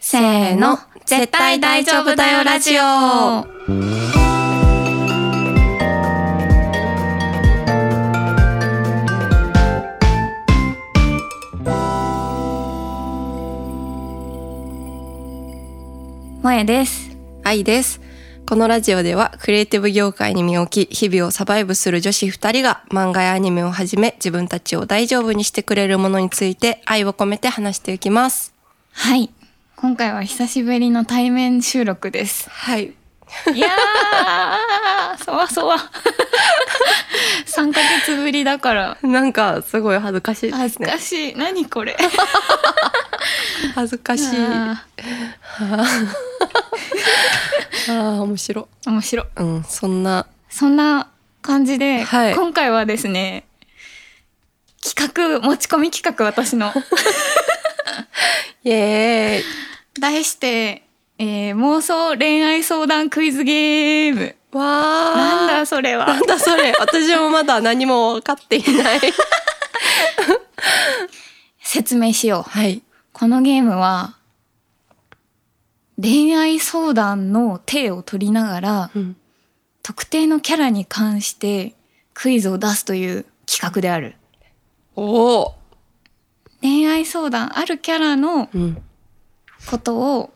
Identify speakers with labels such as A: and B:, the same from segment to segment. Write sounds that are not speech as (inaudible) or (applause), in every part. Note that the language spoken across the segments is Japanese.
A: せーの、絶対大丈夫だよラジオ。萌えです。
B: 愛です。このラジオではクリエイティブ業界に身を置き、日々をサバイブする女子2人が漫画やアニメをはじめ自分たちを大丈夫にしてくれるものについて愛を込めて話していきます。
A: はい。今回は久しぶりの対面収録です。
B: はい。
A: いやー、 (laughs) そわそわ。3ヶ月ぶりだから。
B: なんかすごい恥ずかしいで
A: 恥
B: す
A: ず
B: ね
A: か。しい。何これ。
B: 恥ずかしい。あ
A: あ
B: あ、面白。
A: ー面白い。
B: うん、そんな。
A: そんな感じで、
B: はい
A: 今回はですね、企画、持ち込み企画私
B: (laughs)
A: の。
B: イエーイ。
A: 題して、えー妄想恋愛相談クイズゲーム。
B: わー。
A: なんだそれは
B: (laughs) なん。だそれ。私もまだ何も分かっていない。
A: 説明しよう。
B: はい。
A: このゲームは、恋愛相談の手を取りながら、
B: うん。
A: 特定のキャラに関してクイズを出すという企画である。
B: おお。
A: 恋愛相談、あるキャラの
B: うん。
A: ことを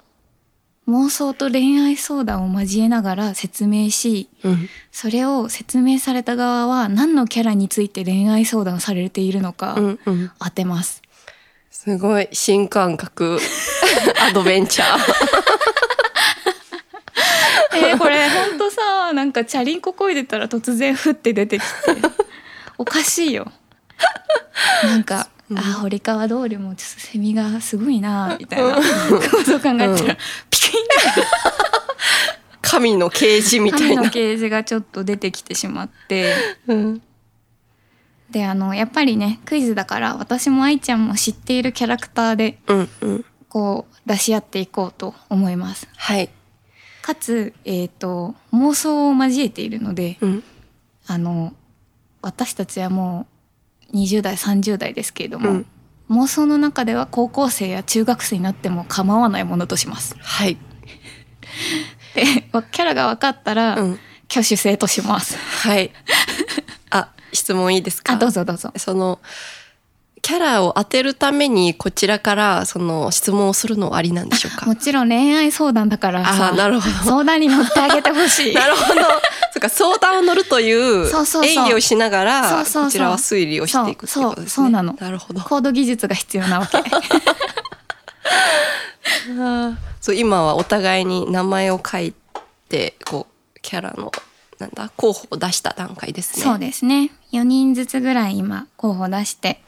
A: 妄想と恋愛相談を交えながら説明し、
B: うん。
A: それを説明された側は何のキャラについて恋愛相談をされているのか
B: うん。うん。
A: 当てます。
B: すごい新感覚 (laughs) アドベンチャー。
A: え (laughs) ーこれほんとさ、なんかチャリンコ漕いでたら突然ふって出てきて、 (laughs) おかしいよ。なんか、あ、堀川通りもちょっとセミがすごいなみたいな (laughs) ことを考えたら、
B: うん
A: ピキン
B: 神の啓示みたい
A: 神の
B: な。
A: ケージがちょっと出てきてしまって。
B: うん
A: で、あの、やっぱりね、クイズだから私も愛ちゃんも知っているキャラクターで、
B: うんうん。
A: こう、出し合っていこうと思います。
B: はい。
A: かつ、えっ、と、妄想を交えているので、
B: うん
A: あの、私たちはもう20代、30代ですけれども、
B: うん
A: 妄想の中では高校生や中学生になっても構わないものとします。
B: はい。
A: で、 (laughs) キャラが分かったら、
B: うん
A: 挙手制とします。
B: はい。あ質問いいですか。
A: あ、どうぞどうぞ。
B: そのキャラを当てるためにこちらからその質問をするのはありなんでしょうか
A: も。ちろん恋愛相談だから
B: あ
A: さ
B: あ、なるほど。
A: 相談に乗ってあげてほしい。
B: (laughs) なるほど。そうか相談を乗るという
A: そうそうそう
B: 演技をしながら
A: そうそうそう
B: こちらは推理をしていくっていうことです
A: そ
B: ね。
A: うそうそうなの
B: なる
A: (laughs)
B: ほど。
A: コード技術が必要なわ
B: (laughs)
A: け。
B: そう今はお互いに名前を書いてこうキャラのなんだ候補を出した段階ですね。
A: そうですね。4人ずつぐらい今候補出して、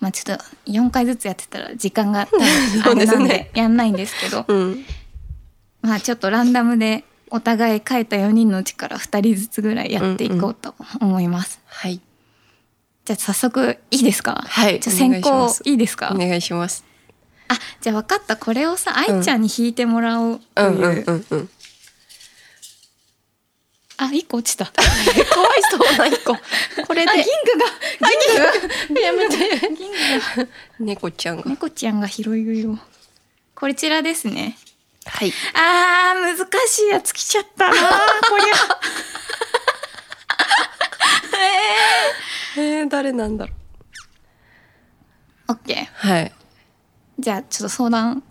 A: まあちょっと4回ずつやってたら時間があ
B: (laughs) そう
A: れ
B: ですね
A: なんでやんないんですけど、
B: うん、
A: まあちょっとランダムでお互い書いた4人のうちから2人ずつぐらいやっていこうと思います。
B: はい
A: じゃあ早速いいですか
B: はい
A: じゃあ先
B: お願
A: 行
B: いします
A: いいですか
B: お願いします。
A: あ、じゃあ分かった。これをさ、愛ちゃんに引いてもらおう
B: う
A: とい
B: ん
A: う。
B: うんうんうん。
A: あ、1個
B: (laughs)
A: 落ちた。あ、
B: えかわいそうな (laughs) 一個。こ
A: 銀
B: れ
A: 河が、
B: で
A: 銀河が、やめて。銀河が。
B: 猫ちゃんが。
A: 猫ちゃんが拾い食いを。こちらですね。
B: はい。
A: あー、難しいやつ来ちゃ
B: (laughs)
A: ったなー、こり
B: えー、誰なんだろ
A: ゃ。オ
B: う。
A: ッケー。
B: はい。
A: じゃあ、ちょっと相談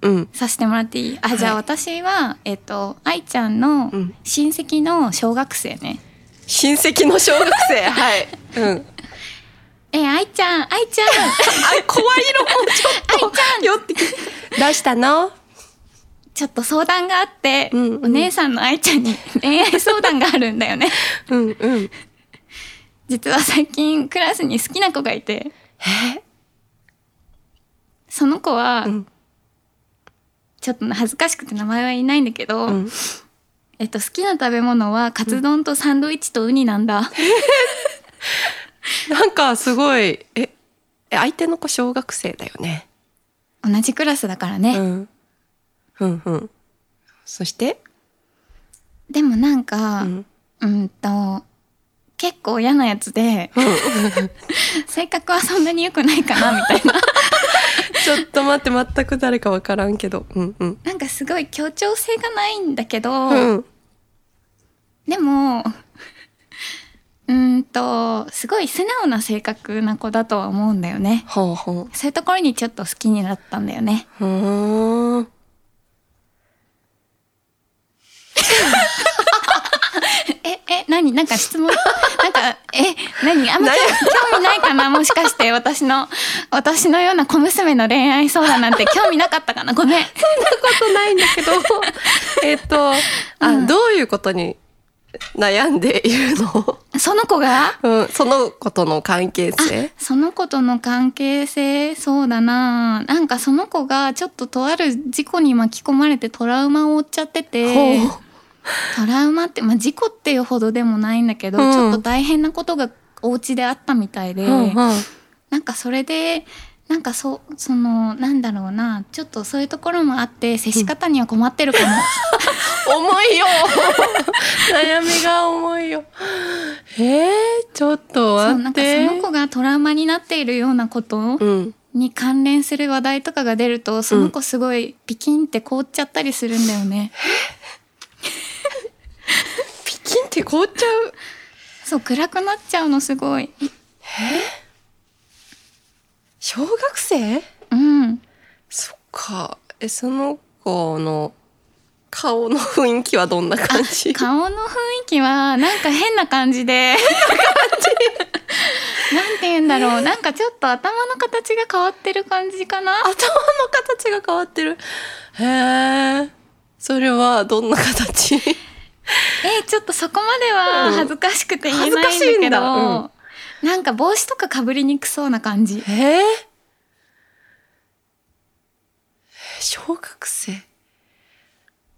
B: うん
A: させてもらっていいあ、じゃあ
B: はい
A: 私は、えっと、愛ちゃんの
B: うん
A: 親戚の小学生ね。
B: 親戚の小学 (laughs) 生はい。うん。
A: え、愛ちゃん、愛
B: (laughs)
A: ちゃん、
B: あ怖いの
A: 愛ちゃん、
B: よって。どうしたの？
A: ちょっと相談があって、
B: うんうん
A: お姉さんの愛ちゃんに (laughs) 恋愛相談があるんだよね。
B: うんうん。
A: 実は最近クラスに好きな子がいて、
B: え
A: その子は、
B: うん
A: ちょっと恥ずかしくて名前は言えないんだけど、
B: うん。
A: えっと、好きな食べ物はカツ丼とサンドイッチとウニなん
B: (laughs)
A: だ。
B: なんかすごいええ相手の子小学生だよね。
A: 同じクラスだからね。
B: うん。うんうん。そして、
A: でもなんか、
B: う
A: うんん、と、結構嫌 (laughs) なやつで、性格はそんなに良くないかな、みたいな。
B: (laughs) ちょっと待って全く誰かわからんけどうんうん
A: なんかすごい協調性がないんだけど、
B: うん
A: でもうーんとすごい素直な性格な子だとは思うんだよね
B: ほうほ
A: そういうところにちょっと好きになったんだよね
B: ううーん
A: ええ何なんか質問なんかえ何あんま興興味ないかなもしかして私の私のような小娘の恋愛相談なんて興味なかったかなごめん
B: そんなことないんだけ (laughs) どえっとあ、どういうことに悩んでいる (laughs) の、
A: その子が
B: うん、そのことの関係性
A: その子との関係性そうだななんかその子がちょっととある事故に巻き込まれてトラウマを負っちゃってて
B: ほう
A: トラウマって、まあ、事故っていうほどでもないんだけど、
B: うん
A: ちょっと大変なことがお家であったみたいで、
B: うんうん
A: なんかそれでなんかそそのなんだろうなちょっとそういうところもあって接し方には困ってるかも、
B: 重いよ (laughs) 悩みが重いよえー、ちょっと
A: そう
B: 待
A: な
B: っ
A: んか
B: て
A: その子がトラウマになっているようなこと
B: うん
A: に関連する話題とかが出るとその子すごいピキンって凍っちゃったりするんだよね。
B: ピキンって凍っちゃう
A: そう暗くなっちゃうのすごい。
B: 小学生
A: うん
B: そっかえその子の顔の雰囲気はどんな感じ
A: 顔の雰囲気はなんか変な感じ
B: (laughs)
A: でなんて言うんだろうなんかちょっと頭の形が変わってる感じかな
B: 頭の形が変わってるへえそれはどんな (laughs) 形
A: えーちょっとそこまでは恥ずかしくて言えないんだ
B: 恥ずかしい
A: け
B: ん
A: ど、
B: だうん
A: なんか帽子とかかぶりにくそうな感じ
B: えー、小学生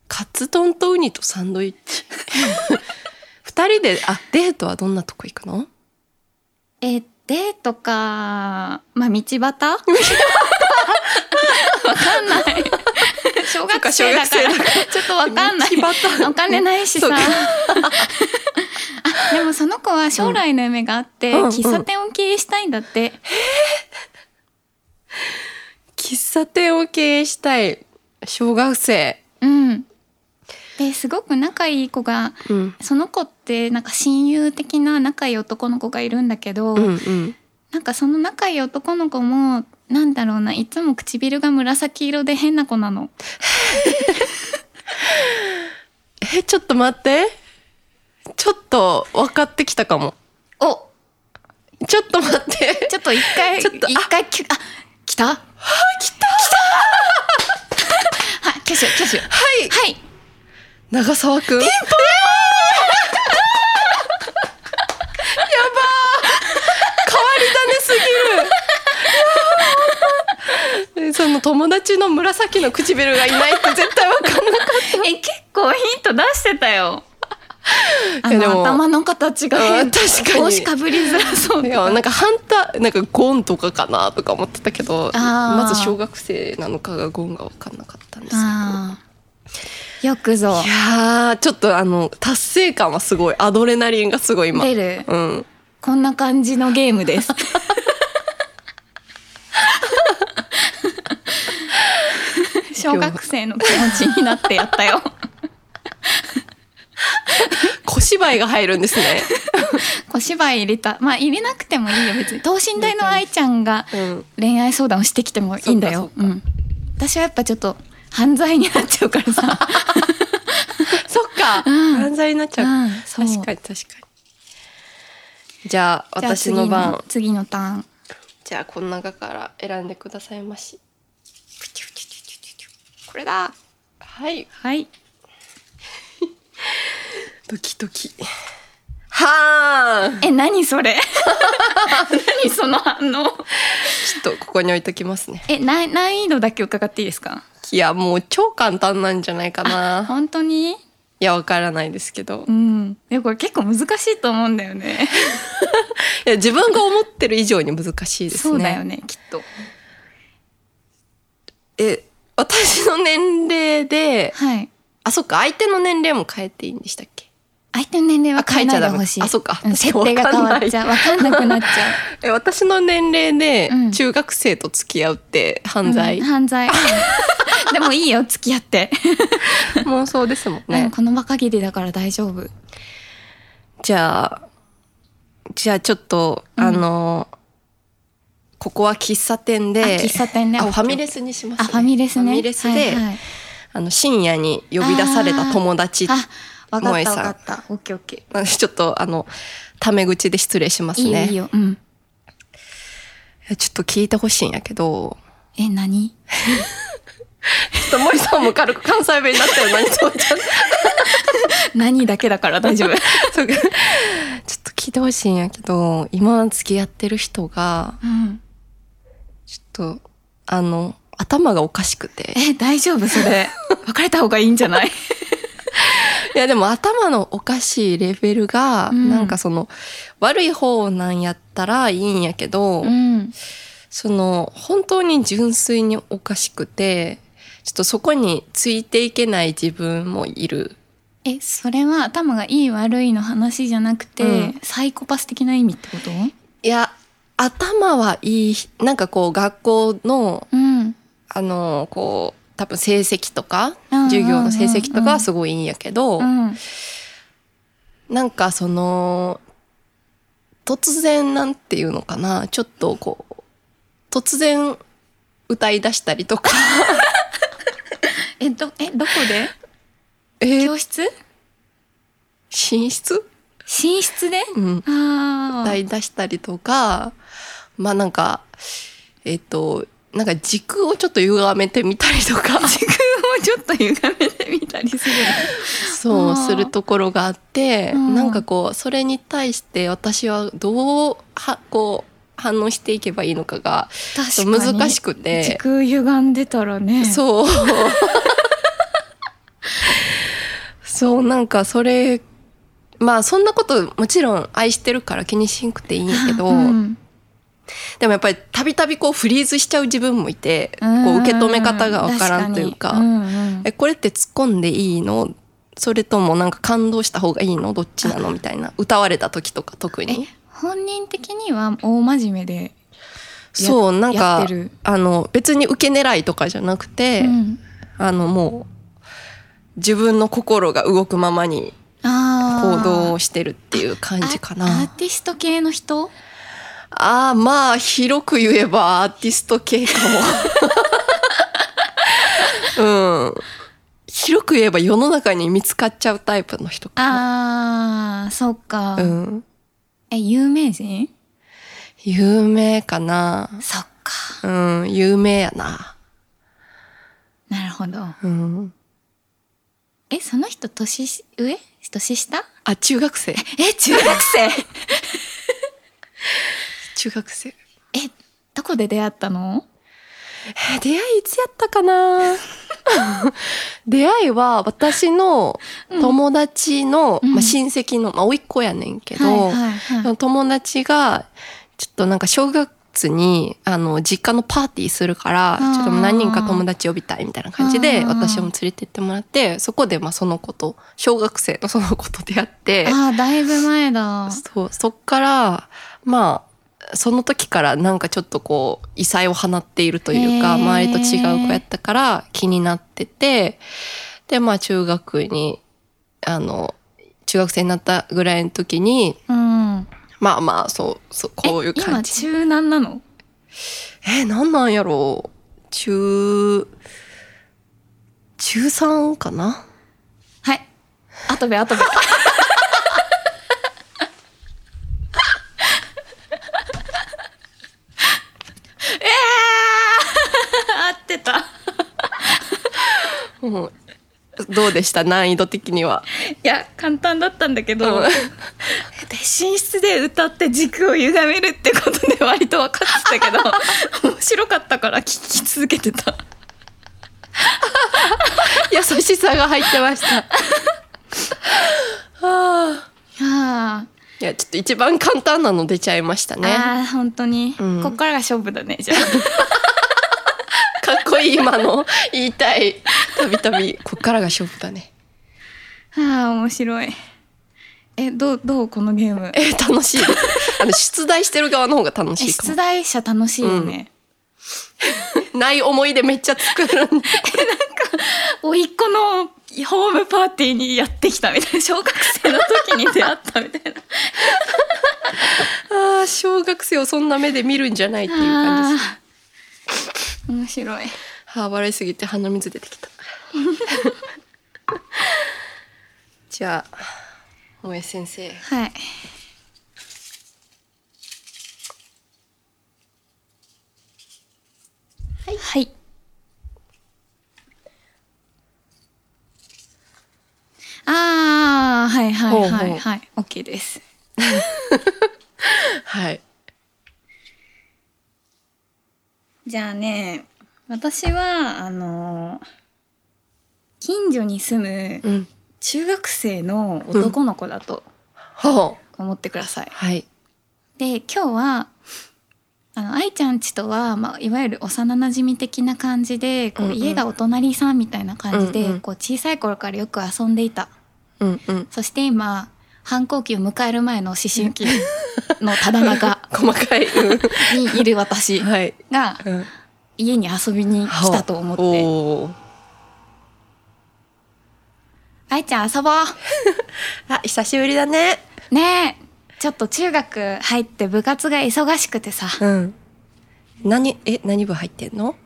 B: カツ丼とウニとサンドイッ (laughs) チ二人であデートはどんなとこ行くの
A: えーデートかまあ道
B: (laughs)
A: 端わかんない小学生だから
B: (laughs) そっか小学生だ
A: ちょっとわかんない
B: 道端
A: お金ないし
B: そ
A: さ
B: う
A: (laughs) あ
B: か
A: でもその子は将来の夢があって、
B: うんうんうん
A: 喫茶店を経営したいんだって、
B: 喫茶店を経営したい小学生
A: うんですごく仲いい子が
B: うん
A: その子ってなんか親友的な仲いい男の子がいるんだけど、
B: うんうん
A: なんかその仲いい男の子もなんだろうないつも唇が紫色で変な子なの
B: えちょっと待ってちょっと分かってきたかも
A: お
B: ちょっと待って
A: ちょっと一回
B: ちょっとあ
A: 一回きゅあ来たは来た (laughs) はい挙手挙手は
B: はい
A: い
B: 長澤くんピンポンやばー変わり種すぎるやばーその友達の紫の唇がいないって絶対分かんなかっ
A: え結構ヒント出してたよ (laughs) あ
B: いやで
A: の
B: も
A: 頭の形が変
B: あー確かに
A: 帽子かぶりづらそう
B: た
A: と
B: い
A: か
B: やなんか反対なんかゴンとかかなとか思ってたけど
A: あー
B: まず小学生なのかがゴンが分かんなかったんですけど
A: あーよくぞ
B: いやーちょっとあの達成感はすごいアドレナリンがすごい今
A: 出る
B: うん
A: こんな感じのゲームです。 (laughs) 小学生の気持ちになってやったよ。
B: 小芝居が入るんです
A: (laughs)
B: ね、
A: 小芝居入れた。まあ入れなくてもいいよ別に。等身大の愛ちゃんが
B: うん、
A: 恋愛相談をしてきてもいいんだよ。うん。私はやっぱちょっと犯罪になっちゃう
B: (laughs)
A: からさ。
B: そっか、犯罪になっちゃう,、
A: うんそう
B: 確かに確かにじゃあ
A: じゃあ
B: 私
A: 次
B: の番
A: 次のターン。
B: じゃあこの中から選んでくださいましプチュプチュプチュプチュこれだはい
A: はい。
B: ドキドキはーん
A: え、何それ (laughs) 何その反応
B: ちょっとここに置いときますね
A: え、難難易度だけ伺っていいですか
B: いやもう超簡単なんじゃないかな
A: 本当に
B: いやわからないですけど
A: うん、でもこれ結構難しいと思うんだよね。
B: いや自分が思ってる以上に難しいですね
A: そうだよね、きっと。
B: え私の年齢で
A: はい。
B: あそっか相手の年齢も変えていいんでしたっけ
A: 相手の年齢は変えないでほしい
B: あ書いちゃダ
A: う
B: メ
A: ん
B: あそ
A: 設
B: っか
A: 定が変わっちゃうわかんなくなっちゃう
B: え私の年齢で
A: うん
B: 中学生と付き合うって犯罪、
A: うん (laughs) 犯罪でもいいよ付き合 (laughs) って、
B: 妄想ですもん
A: う
B: ね
A: ん、この場限りだから大丈夫
B: じゃあじゃあちょっと、
A: うん
B: あのここは喫茶店
A: あ
B: で
A: 喫茶店ね
B: あファミ
A: レ
B: レスにします、
A: あファミレスね
B: ファミレスで、
A: はいはい
B: あの深夜に呼び出された友達
A: あわか
B: 萌
A: っ
B: え
A: た
B: さん
A: わかったオッケーオッケ
B: なん (laughs) でちょっとあのタメ口で失礼しま
A: ー
B: す
A: いいよ
B: ね
A: いいようん
B: ちょっと聞いてほしいんやけど
A: え何
B: ちょっと森さんも軽く関西弁になったようなにそうちゃん
A: (laughs) 何だけだから大丈夫
B: そうかちょっと聞いてほしいんやけど今付き合ってる人が
A: (laughs) うん
B: ちょっとあの頭がおかしくて
A: え大丈夫それ別れた方がいいんじゃない
B: いやでも頭のおかしいレベルが、
A: うん
B: なんかその悪い方なんやったらいいんやけど、
A: (laughs) うん
B: その本当に純粋におかしくてちょっとそこについていけない自分もいる
A: えそれは頭がいい悪いの話じゃなくて、
B: うん
A: サイコパス的な意味ってこと
B: いや頭はいいなんかこう学校の
A: うん
B: あのこう多分成績とか
A: うんうんうんうん
B: 授業の成績とかはすごいいいんやけど、
A: うん
B: なんかその突然なんていうのかなちょっとこう突然歌い出した
A: (laughs)
B: りとか
A: えどえどこで
B: えー
A: 教室
B: 寝室、
A: 寝室で
B: うん、
A: あ
B: 歌
A: あ
B: い出したりとかまあなんかえっ、となんか軸をちょっと歪めてみたりと
A: (laughs)
B: か
A: をちょっと歪めてみたりする
B: そう
A: あー
B: するところがあって、
A: うん
B: なんかこうそれに対して私はどうはこう反応していけばいいのかがちょ
A: 確
B: っと
A: かに
B: 難しくて。
A: 時空歪んでたらね (laughs)
B: そう。そう、なんかそれ、まあそんなこともちろん愛してるから気にしんくていいんやけど、
A: うん
B: でもやっぱりたびたびこうフリーズしちゃう自分もいて、こう受け止め方がわからんというか、
A: 確にうんうん
B: え、これって突っ込んでいいのそれともなんか感動した方がいいのどっちなのみたいな。歌われた時とか特に。
A: 本人的には大真面目で
B: そう、なん
A: や
B: か
A: って、る
B: あの別に受け狙いとかじゃなくて、
A: うん
B: あのもう自分の心が動くままに
A: あー
B: 行動をしてるっていう感じか
A: あアー
B: な。
A: ティスト系の人
B: ああー、まあ、広く言えばアーティスト系か
A: (laughs)
B: も。うん。広く言えば世の中に見つかっちゃうタイプの人か
A: あーそっか、
B: な。うん。
A: え有名人
B: 有名かな。
A: そっか
B: うん、有名やな。
A: なるほど
B: うん。
A: えその人年し上年下
B: あ、中学生。 (laughs)
A: え中学生
B: 中学生。
A: えどこで出会ったの
B: えー出会いいつやったかな (laughs) 出会いは私の友達の、
A: うん
B: まあ、親戚の、まあ、甥っ子やねんけど、
A: はいはいはい
B: その友達がちょっとなんか正月にあの実家のパーティーするから
A: あー
B: ちょっと何人か友達呼びたいみたいな感じで
A: あー
B: 私も連れてってもらってそこでまあその子と小学生のその子と出会って
A: あーだいぶ前だ
B: そうそっからまあその時からなんかちょっとこう異彩を放っているという
A: へ
B: か
A: ー
B: 周りと違う子やったから気になっててでまあ中学にあの中学生になったぐらいの時に
A: うん
B: まあまあ、そう、そう、こういう感
A: え
B: じ。
A: 今中南なの
B: え、なんなんやろう。中、中3かな
A: はい後部後 (laughs) 部えー合ってた
B: うんどうでした難易度的には。
A: いや簡単だったんだけど、
B: うん
A: で寝室で歌って軸を歪めるってことで割と分かってたけど面白かったから聞き続けて
B: (laughs)
A: た
B: 優しさが入ってま (laughs) した。はあ
A: あ
B: いや、ちょっと一番簡単なの出ちゃいました
A: ー、
B: ね。
A: あー本当に、
B: うん
A: こっからが勝負だねじゃあ
B: かっこいい今の言いた (laughs) い。たびたび、こっからが勝負だね。
A: あー面白いえどうどうこのゲーム
B: え楽しいですあの出題してる側の方が楽し
A: え
B: いか
A: 出題者楽しいよね、
B: もない思い出めっちゃ作るんで
A: 甥っ子のホームパーティーにやってきたみたいな小学生の時に出会ったみた
B: (laughs)
A: いな
B: あー小学生をそんな目で見るんじゃないっていう感じです
A: あー面白い
B: はあ笑いすぎて鼻水出て (laughs) きたじゃあ萌え先生
A: はいはい、ああはいはいはいはい OK です
B: はい
A: じゃあね私はあの近所に住む
B: うん
A: 中学生の男の子だと
B: ほう
A: 思ってください。
B: はい
A: で今日はあの愛ちゃんちとは、まあ、いわゆる幼馴染み的な感じでこ
B: うん
A: う
B: うん
A: 家がお隣さんみたいな感じで、
B: うんうん
A: こう小さい頃からよく遊んでいた
B: うんうん
A: そして今反抗期を迎える前の思春
B: (laughs)
A: 期のただ中
B: 細かい、う
A: にいる私
B: ん、 (laughs) はい、
A: が
B: うん、
A: 家に遊びに来たと思って
B: おー
A: 「愛ちゃん遊ぼう!」
B: あ久しぶりだね
A: ねえちょっと中学入って部活が忙しくてさ
B: うん何え何部入ってんの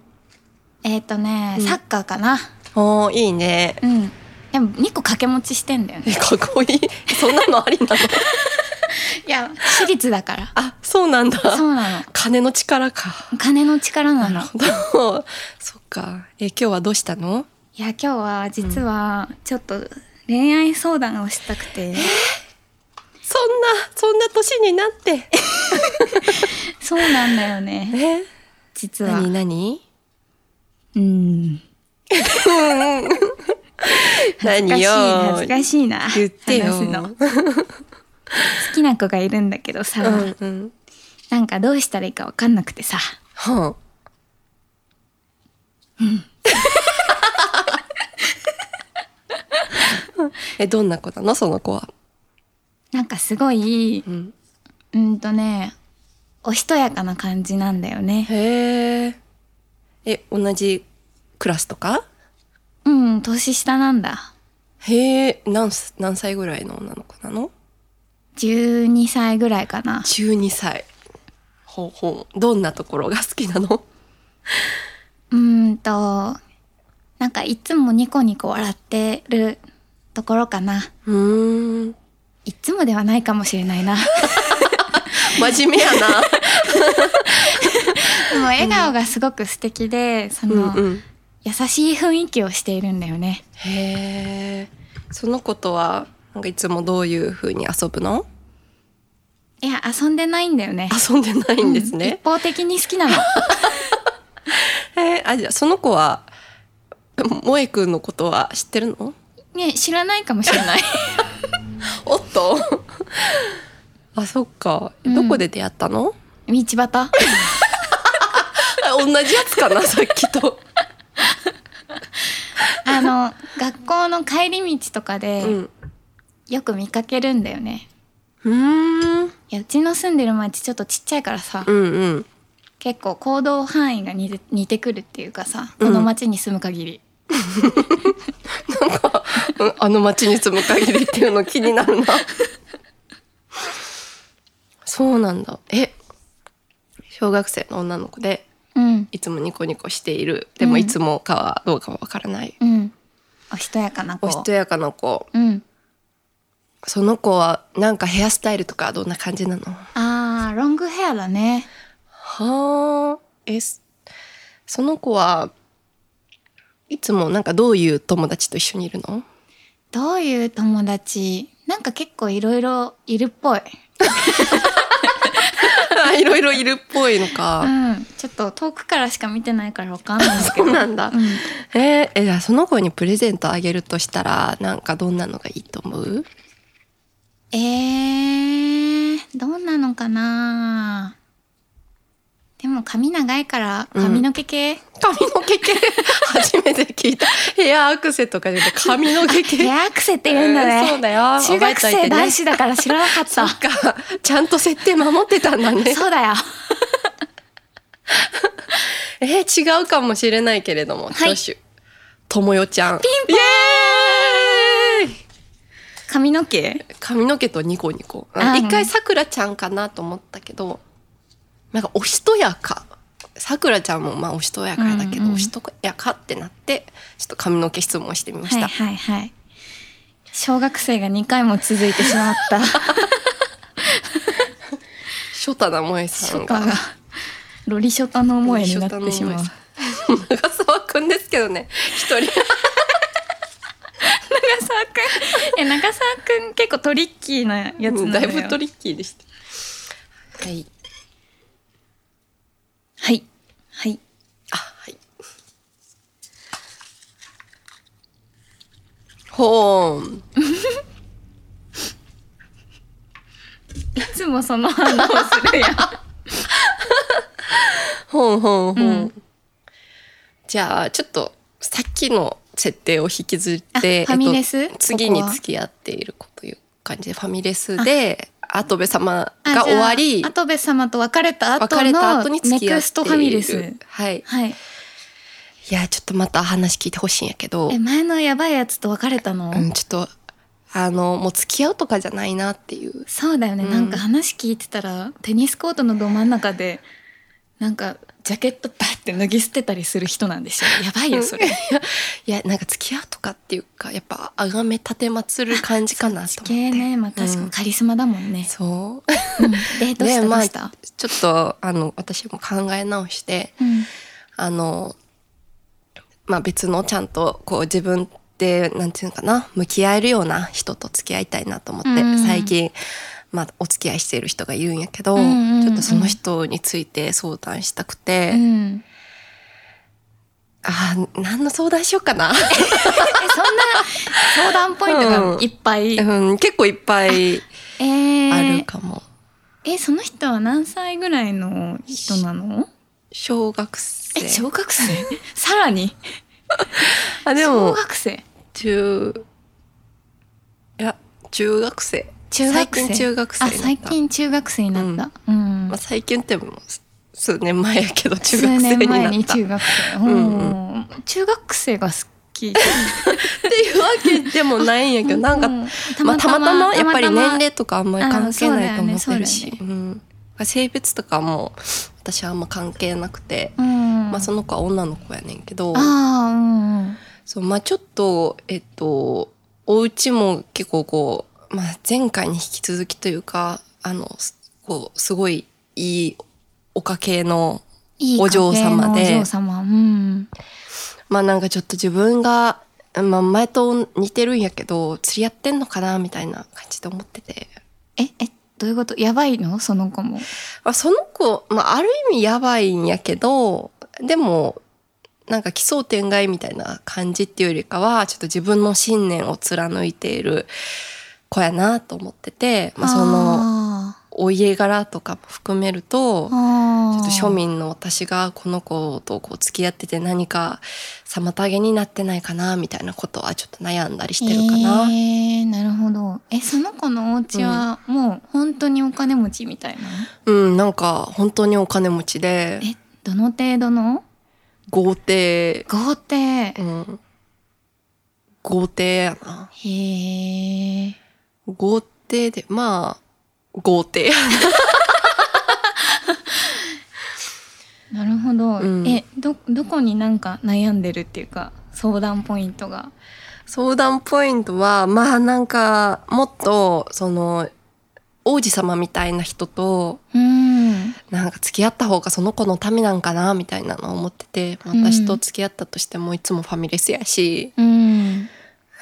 A: えっ、とね、
B: うん
A: サッカーかな
B: おーいいね
A: うんでも2個掛け持ちしてんだよね
B: (laughs) えかっこいいそんなのありなの
A: いや私立だから
B: (laughs) あそうなんだ
A: そうな
B: 金の力か
A: の金の力なの
B: なるほど (laughs) そっかえ今日はどうしたの
A: いや今日は実はちょっと恋愛相談をしたくて、
B: そんなそんな年になって
A: そうなんだよね
B: (laughs) え
A: 実は
B: 何何
A: うん恥
B: 何
A: ずか
B: よ
A: しい恥ずかしいな
B: 言ってよ
A: 話すの好きな子がいるんだけどさ、
B: うんうん
A: なんかどうしたらいいかわかんなくてさ
B: はあえどんな子なのその子は、
A: なんかすごい
B: うん、
A: うんとねおしとやかな感じなんだよね
B: へええ同じクラスとか
A: うん年下なんだ
B: へえ何す何歳ぐらいの女の子なの
A: 12歳ぐらいかな
B: 12歳ほうほうどんなところが好きなの
A: うーんとなんかいつもニコニコ笑ってるところかな
B: うーん
A: いつもではないかもしれ
B: (laughs)
A: ないなで
B: 真面目やな
A: も笑顔がすごく素敵でその、
B: (laughs) うんうん
A: 優しい雰囲気をしているんだよね
B: へえその子とはなんかいつもどういう風に遊ぶの
A: いや遊んでないんだよね
B: 遊んでないんですね
A: 一、方的に好きな
B: (laughs)
A: の
B: えーあじゃあその子は萌えくんのことは知ってるの
A: ね知らないかもしれない
B: (laughs) おっとあそっか
A: うん
B: どこで出会ったの、
A: 道端
B: あ同じやつかなさっきと
A: あ
B: (laughs)
A: の学校の帰り道とか
B: う
A: で、
B: ん
A: よく見かけるんだよね
B: うーん
A: いやうちの住んでる町ちょっとちっちゃいからさ、
B: うんうん
A: 結構行動範囲が似て似てくるっていうかさ
B: うん
A: この町に住む限り、
B: なんかうんあの町に住む限りっていうの気になるなそうなんだえ小学生の女の子で
A: うん
B: いつもニコニコしているでも
A: うん
B: いつもかはどうかはわからない、
A: うんおしとやかな子
B: おしとやかな子
A: うん
B: その子はなんかヘアスタイルとかどんな感じなの
A: あーロングヘアだね
B: はあえそその子はいつもなんかどういう友達と一緒にいるの
A: どういう友達なんか結構いろいろいるっぽい、
B: あ (laughs) いろいろいるっぽいの
A: う
B: か、
A: ん、ちょっと遠くからしか見てないからわかんないん
B: (laughs)
A: だけど
B: そうなんだ、
A: うん
B: えーえじゃあその子にプレゼントあげるとしたらなんかどんなのがいいと思う
A: えー、どんなのかなでも髪長いから髪の毛
B: (laughs)
A: 系、
B: 髪の毛 (laughs) 系初めて聞いたヘアアクセとかじゃなくて髪の毛系
A: ヘアアクセって言うんだね、
B: そうだよ
A: 中学
B: 覚えと
A: 生
B: いてね
A: 男子だから知らなかっ
B: そ (laughs)
A: た
B: っかちゃんと設定守ってたんだね
A: そうだよ
B: えー違うかもしれないけれども、
A: い
B: 挙手ともよちゃんピンポイエーイ
A: 髪の毛
B: 髪の毛とニコニコ
A: あー
B: 一回さくらちゃんかなと思ったけどなんかおしとやかさくらちゃんもまあおしとやかだけど、
A: うんうん
B: おしとやかってなってちょっと髪の毛質問してみまし
A: はい
B: た、
A: はいはい小学生が2回も続いてしまった
B: (laughs) ショタナモエ
A: シ
B: さん
A: ョ
B: が
A: タがロリショタの思いになってしまう
B: ショタナモエさん長澤くんですけどね一人
A: 長澤くんえ長澤くん結構トリッキーなやつな
B: うんん
A: だ
B: だ
A: よ
B: いぶトリッキーでしたはい
A: はいはい
B: あはいほーん
A: いつもその反応する
B: (laughs)
A: やん
B: ほんほんほん、
A: うん
B: じゃあちょっとさっきの設定を引きずって
A: あファミレス
B: えっと、次に
A: ここは
B: 付き合っているこという感じでファミレスでアトベ様が
A: あじ
B: 終
A: ゃあ
B: わり
A: アトベ様と別れた後
B: 別れた
A: の
B: 後に付
A: ネ
B: き合っている
A: クストファミレス
B: はい
A: はい
B: いやちょっとまた話聞いてほしいんやけど
A: え前のやばいやつと別れたの、
B: うん、ちょっとあのもう付き合うとかじゃないなっていう
A: そうだよね、
B: うん
A: なんか話聞いてたらテニスコートのど真ん中でなんかジャケットバッて脱ぎ捨てたりする人なんでし
B: (laughs)
A: ょやばいよそれ
B: いやなんか付き合うとかっていうかやっぱあがめ立てまつる感じかなと
A: 地
B: 思って
A: 形ねまあ確かにカリスマだもんね、
B: そう
A: うんデートした (laughs)
B: で
A: ど
B: ま
A: う
B: あ
A: し
B: ち
A: た、
B: ょっとあの私も考え直して
A: うん
B: あの、まあ、別のちゃんとこう自分でなんていうのかな向き合えるような人と付き合いたいなと思って、
A: うん
B: 最近、まあ、お付き合いしている人がいるんやけど、
A: うんうんうん
B: ちょっとその人について相談したくて、
A: うん
B: あー何の相談しよう
A: (laughs)
B: かな、
A: えそんな相談ポイントがいっぱい、
B: うん、結構いっぱい
A: え
B: あ
A: ー
B: るかも。
A: えその人は何歳ぐらいの人なの
B: 小学生
A: え小学生さらに
B: あで
A: 小
B: も
A: 学生
B: 中いや中学生
A: 中学生
B: 最近中学生
A: あ
B: にな
A: 最近中学生にな
B: った
A: った、うん
B: まあ、最近ってもう数年前や
A: (laughs)
B: けど中
A: 数
B: 学生
A: 年
B: にな
A: 前
B: っ
A: に
B: た。ってい
A: 中学生、
B: ん
A: うん中学生が好き
B: うわけでもないんやけどなんか、
A: うん
B: まあ、たまたまやっぱり年齢とかあんまり
A: あー
B: 関係ないと思っ
A: そうだよね
B: てるし、うん性別とかも私はあんま関係なくて、
A: うん
B: まあ、その子は女の子やねんけど
A: あーうんうん
B: そう、まあ、ちょっとえっとお家も結構こう、まあ、前回に引き続きというかあのすこうすごいいいお家系の
A: いい
B: お嬢様で
A: 家庭のお嬢様うん
B: まあなんかちょっと自分が、まあ、前と似てるんやけど釣り合ってんのかなみたいな感じで思ってて、
A: ええどういうことやばいのその子も
B: まあ、その子、まあ、ある意味やばいんやけどでもなんか奇想天外みたいな感じっていうよりかはちょっと自分の信念を貫いている子やなと思ってて、まあ、その
A: あ
B: お家柄とかも含めると
A: ーあ
B: ちょっと
A: ー
B: 庶民の私がこの子とこう付き合ってて何か妨げになってないかなみたいなことはちょっと悩んだりしてるかな。
A: えーなるほどえその子のお家はもう本当にお金持ちみたいなの、
B: うん、なんか本当にお金持ちで
A: えどの程度の
B: 豪邸、
A: 豪邸
B: うん、豪邸やな
A: へえ
B: 豪邸でまあ豪邸
A: なるほど、
B: うん
A: えどどこになんか悩んでるっていうか相談ポイントが
B: 相談ポイントはまあなんかもっとその王子様みたいな人と
A: うん
B: なんか付き合った方がその子のためなんかなみたいなのを思ってて
A: うん
B: 私と付き合ったとしてもいつもファミレスやし、
A: うん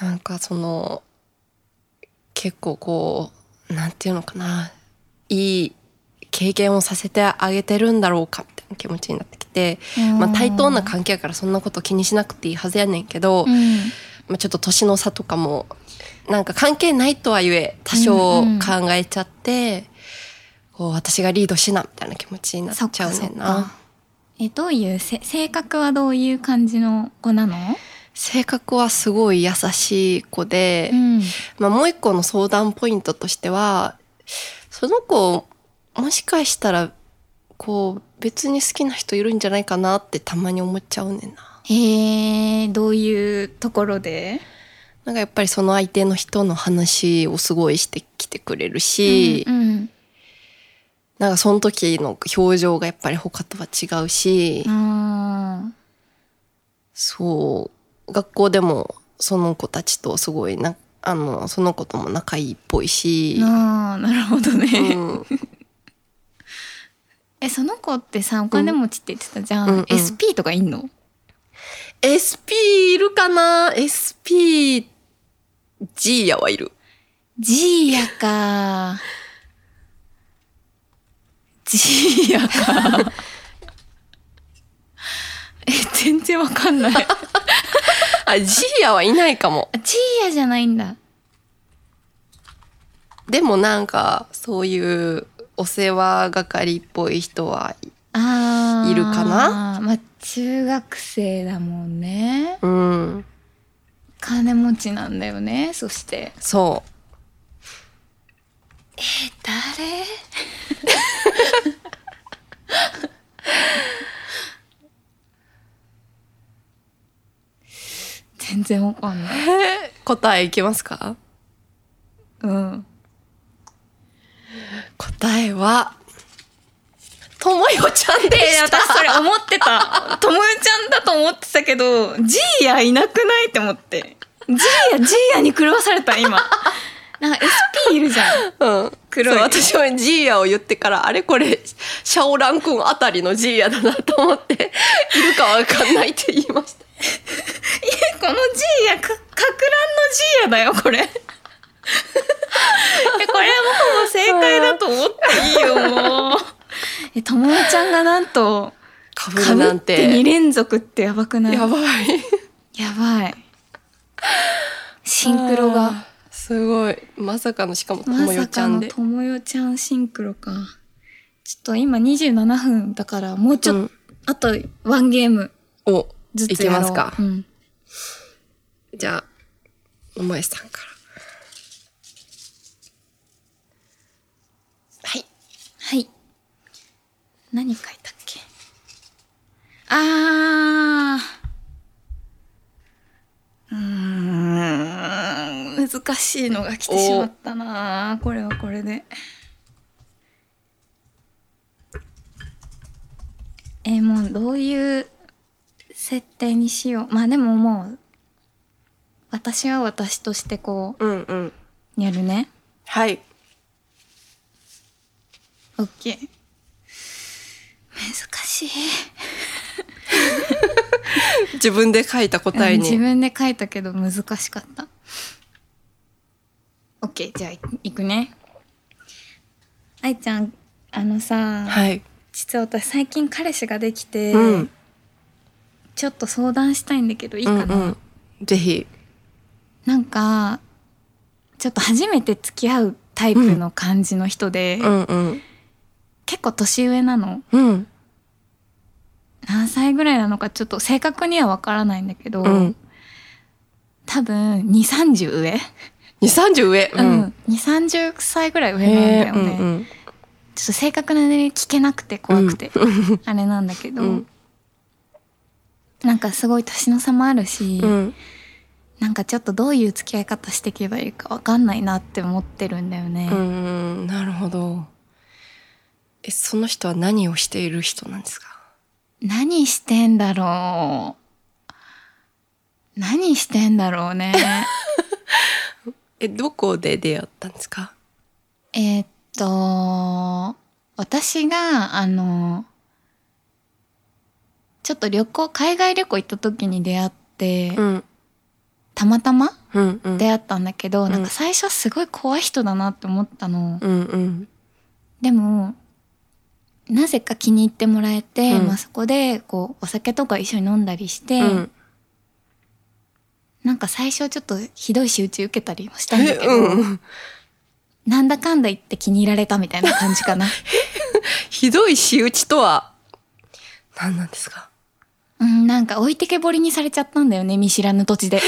B: なんかその結構こうなんていうのかないい経験をさせてあげてるんだろうかみたいな気持ちになってきて、まあ、対等な関係やからそんなこと気にしなくていいはずやねんけど、
A: うん
B: まあ、ちょっと年の差とかもなんか関係ないとはいえ多少
A: うんう
B: 考
A: ん
B: えちゃって、お私がリードしなみたいな気持ちになっ
A: そっ
B: ちゃ
A: か
B: う
A: そ
B: ね
A: っ
B: んな
A: か。えどういうせ性格はどういう感じの子なの？
B: 性格はすごい優しい子で、
A: ん。
B: まあ、もう一個の相談ポイントとしてはその子もしかしたらこう別に好きな人いるんじゃないかなってたまに思っちゃうねんな。
A: へえどういうところで？
B: なんかやっぱりその相手の人の話をすごいしてきてくれるし、
A: うん
B: なんかその時の表情がやっぱり他とは違うし、
A: うん。あ
B: そう学校でもその子たちとすごいなあのその子とも仲いいっぽいし
A: ー、あーなるほど
B: う
A: ね。
B: ん、
A: えその子ってさお金持ちって言ってたじゃん。
B: うんうん
A: SP とかいんの？
B: SP いるかな ?SPG やはいる。
A: ジーヤか。ジーヤか。 (laughs) え、全然わかんない。あ
B: あ、G やはいないかも。
A: ジーヤじゃないんだ。
B: でもなんかそういうお世話係っぽい人は
A: あー
B: いるかな
A: まあ、中学生だもんね。
B: うん
A: 金持ちなんだよね、そして。
B: そ。。
A: え、誰全然わかんないう
B: 答えいきますか
A: うん。
B: 答えは、ともよちゃんで
A: えー
B: した。
A: 私それ思ってた。ともゆちゃんだと思ってたけど、ジーヤいなくないって思って。ジーヤ、ジーヤに狂わされた、今。なんか SP いる (laughs) じゃん。
B: うん、
A: 黒い
B: そう私もジーヤを言ってからあれこれシャオラン君あたりのジーヤだなと思っているかわかんないって言いました
A: このジーヤ、か、かくらんのジーヤだよ、こ (laughs) れ。えこれはもうほぼ正解だと思っていいよ、もう。 (laughs) え、ともゆちゃんがなんと、
B: かぶ
A: か
B: る
A: ぶ
B: なん
A: って2
B: て
A: 連続ってやばくない
B: やばい
A: やばい。シンクロ
B: あー
A: が。
B: すごいまさかのしかもと
A: ま
B: もよ
A: さ
B: ちゃ
A: か
B: ん
A: の
B: で、
A: ともよちゃんシンクロか。ちょっと今27分だから、もうちょっと、
B: うん
A: あとワンゲーム
B: お
A: ず
B: い
A: つ
B: き
A: やろう。
B: ますか
A: うん。
B: じゃあお前さんからはい
A: はい。何書いたっけあー。うーん。難しいのが来てしまったなこれはこれで。えーもうどういう設定にしよう。まあでももう、私は私としてこ
B: うんうん
A: う、やるね。
B: はい
A: OK 難しい
B: 自分で書いた答え
A: うん自
B: に
A: 分で書いたけど難しかった OK じゃあいいくね愛ちゃんあのさ、
B: はい
A: 実は私最近彼氏ができて、
B: うん
A: ちょっと相談したいんだけどいい
B: うん
A: かな、
B: うんぜひ
A: なんかちょっと初めて付き合うタイプの感じの人で、
B: うんうん
A: 結構年上なの
B: うん
A: 何歳ぐらいなのかちょっと正確には分からないんだけど、
B: うん
A: 多分2 3 0上
B: 二三十上
A: うん、2 3 0歳ぐらい上なんだ
B: へ
A: よ
B: ーう
A: ね、
B: んうん
A: ちょっと正確な年齢聞けなくて怖くて、 (laughs) あれなんだけど、
B: うん
A: なんかすごい年の差もあるし、
B: うん
A: なんかちょっとどういう付き合い方していけばいいかわかんないなって思ってるんだよね、
B: うんなるほどえその人は何をしている人なんですか
A: 何してんだろう何してんだろうね
B: えどこで出会ったんですか
A: えーっと私があのちょっと旅行海外旅行行った時に出会って、
B: ん
A: たまたま
B: うんうん
A: 出会ったんだけど、
B: ん
A: なんか最初はすごい怖い人だなって思ったの、
B: うんうん
A: でもなぜか気に入ってもらえて、
B: うん
A: まあ、そこでこうお酒とか一緒に飲んだりして、
B: うん
A: なんか最初はちょっとひどい仕打ち受けたりもしたん
B: え
A: だけど、
B: うん
A: なんだかんだ言って気に入られたみたいな感じか
B: (laughs)
A: な
B: ひどい仕打ちとは何なんですか
A: うんなんか置いてけぼりにされちゃったんだよね見知らぬ土地で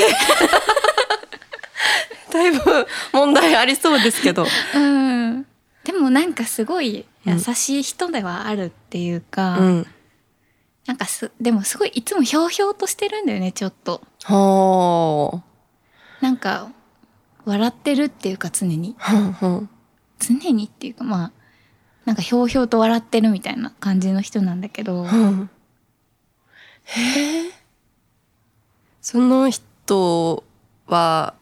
B: だいぶ問題ありそうですけど
A: うんでもなんかすごい優しい人ではあるっていうか、
B: うん
A: なんかすでもすごいいつもひょうひょうとしてるんだよねちょっと
B: は
A: なんか笑ってるっていうか常に
B: あふんふん
A: 常にっていうかまあなんかひょうひょうと笑ってるみたいな感じの人なんだけど
B: うんへえその人は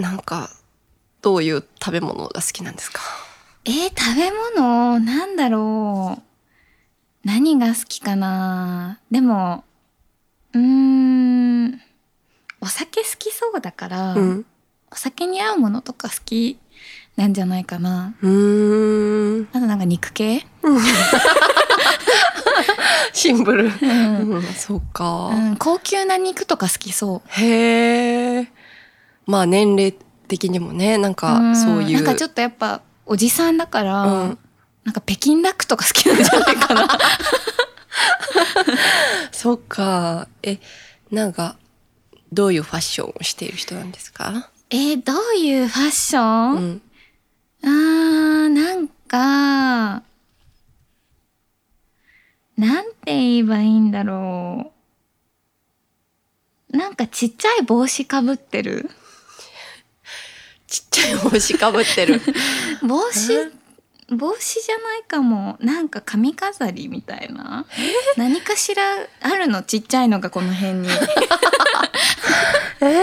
B: なんかどういう食べ物が好きなんですか
A: えー、食べ物なんだろう何が好きかなでもうーんお酒好きそうだから、
B: うん
A: お酒に合うものとか好きなんじゃないかな
B: うーん
A: あとなんか肉系
B: シンプル、
A: うん、
B: うん、そうか、
A: うん高級な肉とか好きそう
B: へえまあ年齢的にもねなん
A: う
B: か
A: ん
B: そういう
A: なんかちょっとやっぱおじさんだから、
B: うん
A: なんか北京ダックとか好きなんじゃないかな
B: (laughs) そっかえなんかどういうファッションをしている人なんですか
A: えーどういうファッション、
B: うん
A: あー、なんか、なんて言えばいいんだろう。なんかちっちゃい帽子かぶってる
B: ちっちゃい帽子かぶってる
A: 帽子、帽子じゃないかも。なんか髪飾りみたいな。何かしらあるのちっちゃいのがこの辺に。
B: えー、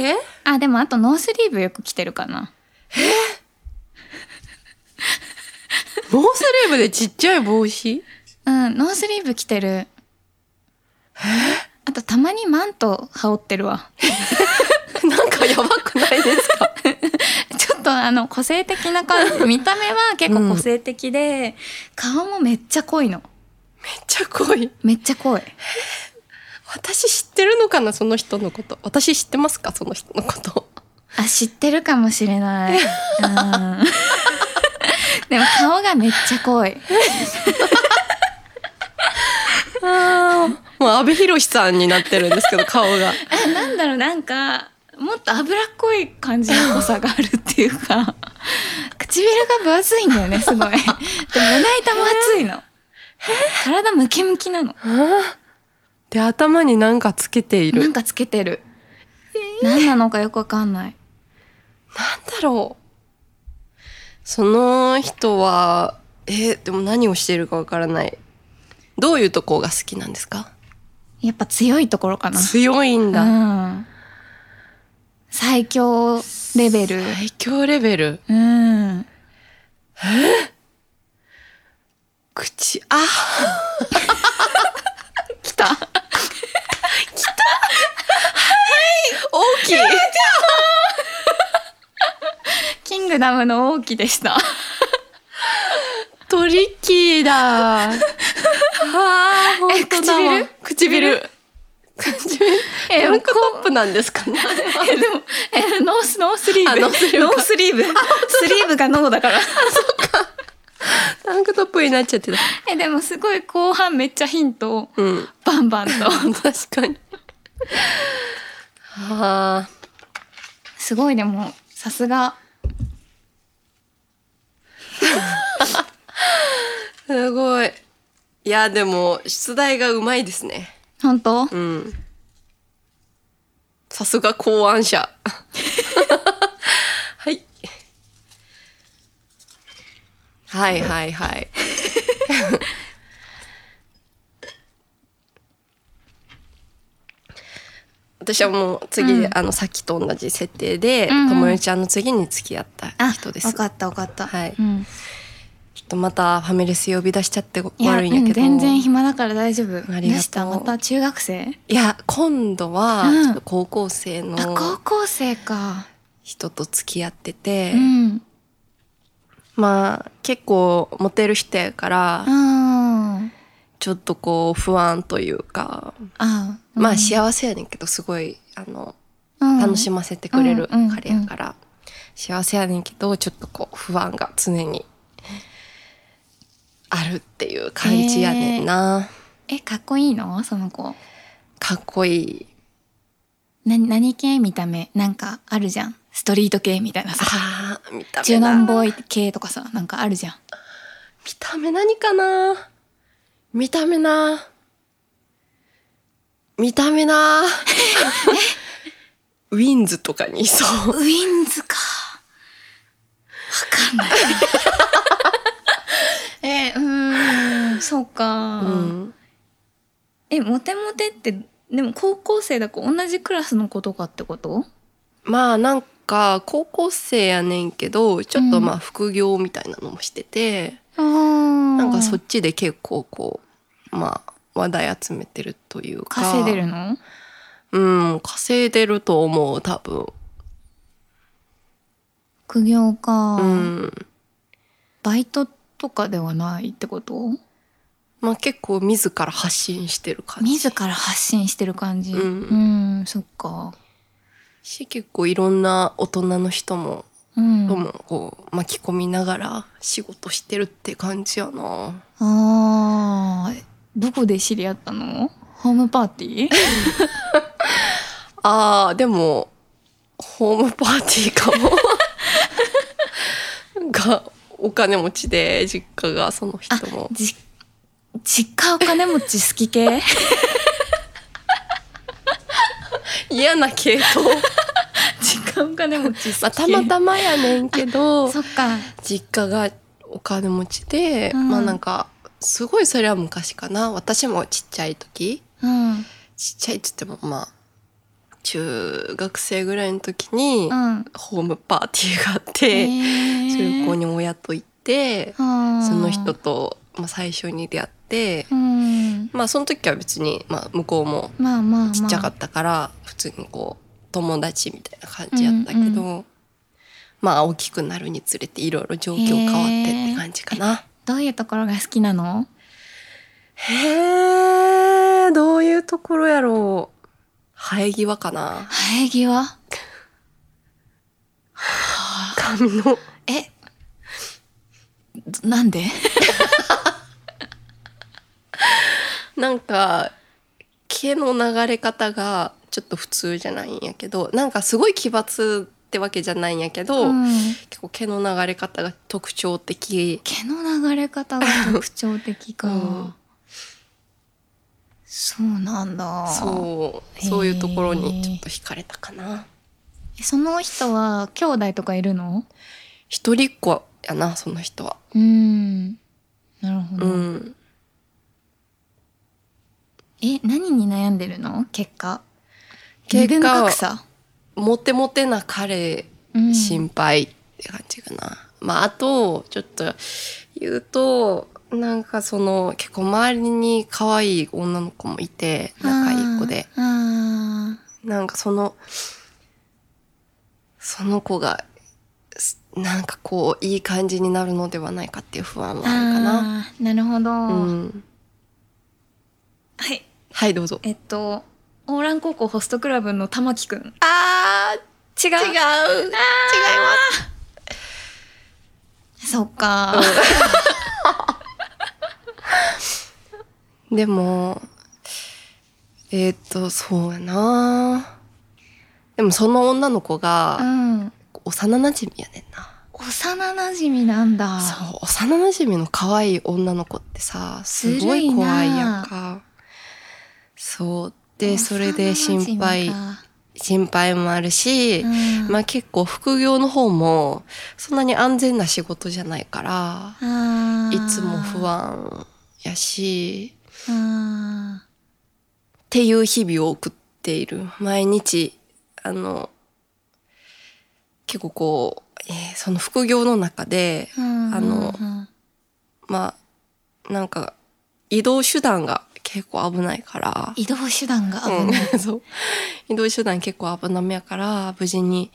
B: 誰
A: あ、でもあとノースリーブよく着てるかな。
B: ノースリーブでちっちゃい帽子
A: うん、ノースリーブ着てる。あとたまにマント羽織ってるわ。
B: (laughs) なんかやばくないですか
A: ちょっとあの個性的な感じ見た目は結構個性的で、顔もめっちゃ濃いの
B: めっちゃ濃い
A: めっちゃ濃い
B: 私知ってるのかなその人のこと私知ってますかその人のこと
A: あ知ってるかもしれない、うん、でも顔がめっちゃ濃い
B: ああ、もう阿部寛さんになってるんですけど、顔が。
A: あなんだろうなんかもっと脂っこい感じの濃さがあるっていうか唇が分厚いんだよねすごいで胸板も厚いの体ムキムキなの
B: で、頭になんかつけている。
A: な
B: なん
A: んかつけてる何なのかよくわかんない
B: だろう。その人は、えーでも何をしているかわからない。どういうとこが好きなんですか
A: やっぱ強いところかな
B: 強いんだ。
A: うん、最強レベル。
B: 最強レベル。
A: うん。
B: 口、あ
A: 来た。
B: 大きい
A: キングダムの王毅でした。
B: トリッキーだ。ああ、ほんとだわ
A: え。
B: 唇。唇。
A: え
B: え、ロングトップなんですかね。
A: え、でも、え、ノース、ノースリー
B: あ
A: ブ。
B: ノースリーブか
A: ノースリーブ。スリーブがノーだから。
B: タンクトップに (laughs) なっちゃってた。
A: (laughs) え、でもすごい後半めっちゃヒントを
B: うん。
A: バンバンと。
B: 確かに。はあ、
A: すごいでも、さすが。
B: すごい。いや、でも、出題がうまいですね。
A: 本当
B: うん。さすが考
A: (laughs)
B: 案者。はい。はいはいはい。 (laughs) 私はもう次、
A: うん
B: あのさっきと同じ設定で、
A: うんうん
B: ともよちゃんの次に付き合った
A: あ、
B: 人です。
A: わかったわかった。
B: はい
A: うん。
B: ちょっとまたファミレス呼び出しちゃって
A: いや、
B: 悪いんや
A: うん
B: けど。
A: 全然暇だから大丈夫。
B: ありがとう
A: でしたまた中学生
B: いや、今度は
A: うん
B: ちょっと高校生
A: あ、高
B: の
A: 校生か。
B: 人と付き合ってて、
A: うん。
B: まあ結構モテる人やから、
A: うん。
B: ちょっとこう不安というか、
A: あ、
B: まあ
A: し
B: 幸せやねんけどすごい、あの、
A: うんうん
B: 楽しませてくれる
A: うんうん
B: 彼やから、幸せやねんけどちょっとこう不安が常にあるっていう感じやねんな、
A: えかっこいいのその子
B: かっこいい
A: な何系見た目なんかあるじゃんストリート系みたいなさ
B: あー見た
A: 中
B: 目な
A: 南ボーイ系とかさなんかあるじゃん
B: 見た目何かな見た目な見た目な (laughs) ウィンズとかにいそう
A: ウィンズかわかんない (laughs) えうーんそうか、
B: うん
A: えモテモテってでも高校生だから同じクラスの子とかってこと
B: まあなんか高校生やねんけどちょっと
A: うん
B: まあ副業みたいなのもしてて、
A: あな
B: なんかそっちで結構こうまあ話題集めてるというか
A: 稼いでるの
B: うん稼いでると思う多分
A: 苦行か、
B: うん
A: バイトとかではないってこと
B: まあ結構自ら発信してる感じ
A: 自ら発信してる感じ
B: う
A: うんん、そっか
B: し結構いろんな大人の人も
A: うん
B: ともこう巻き込みながら仕事してるって感じやな。
A: あーどこで知り合ったのホームパーテ
B: (laughs)
A: ィー
B: あーでもホームパーティーかも。 (laughs) がお金持ちで実家がその人も。
A: じ実家お金持ち好き
B: (laughs)
A: 系
B: 嫌な系統。
A: 実家お金持ち好き
B: まあたまたまやねんけ (laughs) ど
A: そっか
B: 実家がお金持ちで、
A: うん
B: まあなんかすごいそれは昔かな私もちっちゃい時
A: うんうん
B: ちっちゃいっつってもまあ中学生ぐらいの時にホームパーティーがあって。
A: へー
B: 中高に親と行って、
A: あー
B: その人と、まあ、最初に出会って、
A: うん
B: まあその時は別に、まあ、向こうも
A: まあまあまあ
B: ちっちゃかったから普通にこう友達みたいな感じやったけど、
A: うん
B: まあ大きくなるにつれていろいろ状況変わってって感じかな。
A: どういうところが好きなの
B: へえどういうところやろう生え際
A: (laughs)
B: かな
A: 生え際
B: 髪の
A: えなんで
B: なんか毛の流れ方がちょっと普通じゃないんやけどなんかすごい奇抜ってわけじゃないんやけど、
A: うん
B: 結構毛の流れ方が特徴的
A: 毛の流れ方が特徴的か、
B: うん
A: そうなんだ
B: そう
A: へー
B: そういうところにちょっと惹かれたかな
A: えその人は兄弟とかいるの
B: 一人っ子やなその人は
A: うんなるほ
B: う
A: ど、
B: ん、
A: え何に悩んでるの結果
B: 結
A: レ
B: 果
A: ベルの格差、
B: モテモテな彼
A: うん、
B: 心配って感じかな、まああとちょっと言うとなんかその結構周りに可愛い女の子もいて仲いい子で
A: あーあ
B: なんかその、その子が、すなんかこう、いい感じになるのではないかっていう不安
A: ー
B: はあるかな。
A: あーなるほど、
B: うん。
A: はい
B: はい、どうぞ。
A: えっとオーラン高校ホストクラブの玉木くん違う
B: あ
A: 違
B: ー、違う。違います。
A: そっか、
B: でも、えーっと、そうやなでもその女の子
A: う
B: が、
A: ん、
B: 幼馴染やねんな。
A: 幼馴染なんだ
B: そう、幼馴染の可愛い女の子ってさ、すごい怖いやんか。そう。で、それで心配
A: 幼馴染。か
B: 心配もあるし、
A: うん
B: まあ結構副業の方もそんなに安全な仕事じゃないから、
A: あー
B: いつも不安やし、
A: あ
B: っていう日々を送っている。毎日、あの、結構こう、えーその副業の中で、
A: ーうん
B: あのまあ、なんか移動手段が結構危ないから、
A: 移動手段が危ない、
B: うん (laughs) そう移動手段結構危なめやから無事に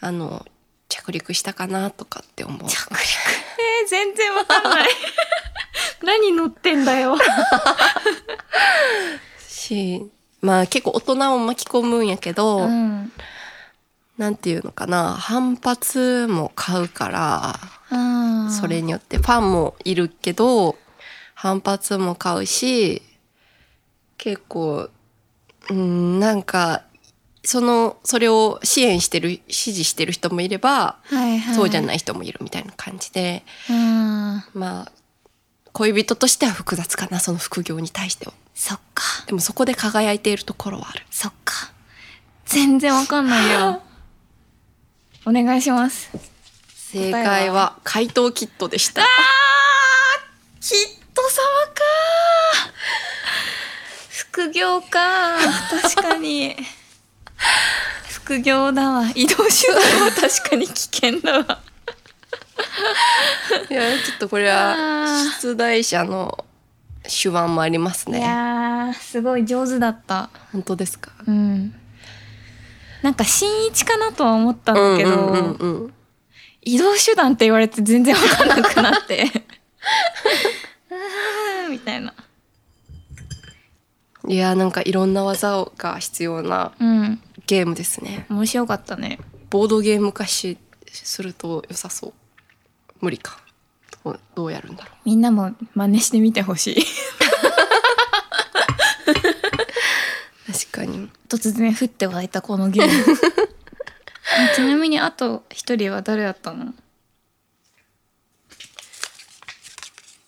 B: あの着陸したかなとかって思う
A: 着陸えー全然わかん (laughs) ない何乗ってんだよ
B: しまあ結構大人を巻き込むんやけど、
A: うん
B: なんていうのかな反発も買うから
A: あー
B: それによってファンもいるけど反発も買うし結構うんなんかそのそれを支援してる支持してる人もいれば
A: はいはい、
B: そうじゃ
A: い
B: ない人もいるみたいな感じで、
A: あー
B: まあ恋人としては複雑かなその副業に対しては
A: そっか
B: でもそこで輝いているところはある
A: そっか全然わかんない (laughs) よお願いします
B: 正解は回答キットでした
A: きっと様か副業か確か (laughs) に副業だわ移動手段 (laughs) は確かに危険だわ
B: いやちょっとこれ
A: あ
B: は
A: ー
B: 出題者の手腕もあります
A: い
B: ね
A: やーすごい上手だった
B: 本当ですか
A: うんなんか新一かなとは思ったんだけど、
B: うんうんうんうん
A: 移動手段って言われて全然わかんなくなって (laughs) うーんみたいない
B: やなんかいろんな技が必要な
A: うん
B: ゲームですね
A: 面白かったね
B: ボードゲーム化しすると良さそう無理かどうどうやるんだろ
A: みんなも真似してみてほしい
B: う確かに
A: 突然降って湧いたこの
B: (laughs)
A: ゲームちなみにあと一人は誰だったの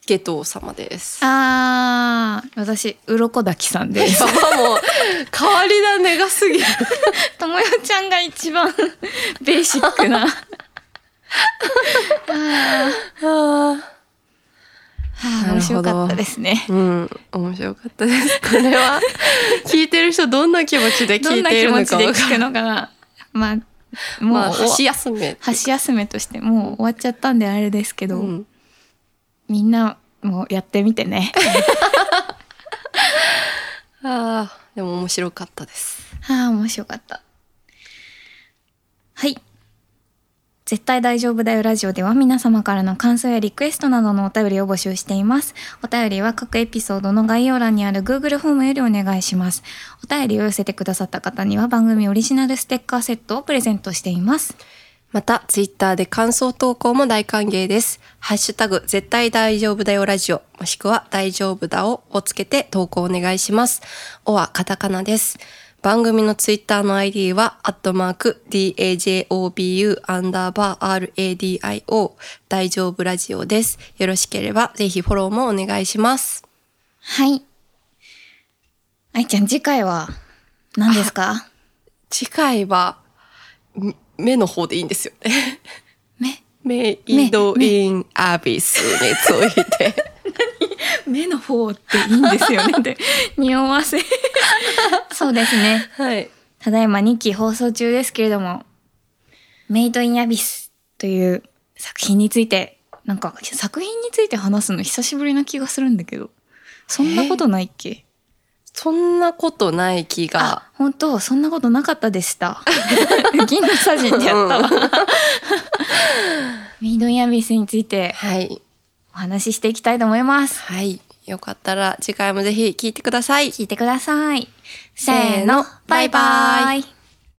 B: ゲト様です
A: あー私鱗滝さん
B: や
A: です (laughs)
B: ばもう変わり種がすぎる
A: ともよちゃんが一番 (laughs) ベーシッ
B: (laughs)
A: クなはあ面
B: なるほど
A: 白かったですね
B: うん面白かったですこれは聞いてる人どんな気持ちで
A: ど
B: (laughs) 聞
A: ん
B: い
A: な
B: てい
A: 気
B: るの
A: 持
B: か
A: ち
B: わ
A: で
B: かん
A: 聞くのかな。まあ、もう、
B: まあ
A: お
B: 箸休め
A: 箸休めとしてもう終わっちゃったんであれですけど、
B: うん
A: みんなもやってみてね。
B: ああでも面白かったです
A: ああ、面白かった。はい。絶対大丈夫だよラジオでは皆様からの感想やリクエストなどのお便りを募集しています。お便りは各エピソードの概要欄にある Google フォームよりお願いします。お便りを寄せてくださった方には番組オリジナルステッカーセットをプレゼントしています。
B: またツイッターで感想投稿も大歓迎ですハッシュタグ絶対大丈夫だよラジオもしくは大丈夫だををつけて投稿お願いしますおはカタカナです番組のツイッターの ID は、アットマーク、DAJOBU、アンダーバー、RADIO、大丈夫ラジオです。よろしければ、ぜひフォローもお願いします。
A: はい。愛ちゃん、次回は何ですか
B: 次回は、ん目の方でいいんですよね。 (laughs)
A: 目
B: メイドインアビスについて。
A: 目の方っていいんですよね (laughs) って匂わ (laughs) せそうですね
B: (laughs) はい。
A: ただいま2期放送中ですけれども「メイド・イン・アビス」という作品についてなんか作品について話すの久しぶりな気がするんだけどそんなことないっけ、
B: そんなことない気が。
A: あ本当そんなことなか (laughs) ったでした銀のサジンってやった
B: (laughs)
A: わ、メイド・イン・アビスについて
B: はい。
A: お話ししていきたいと思います
B: はい。よかったら次回もぜひ聞いてください。
A: 聞いてください。
B: せーのバイバイ
A: イ。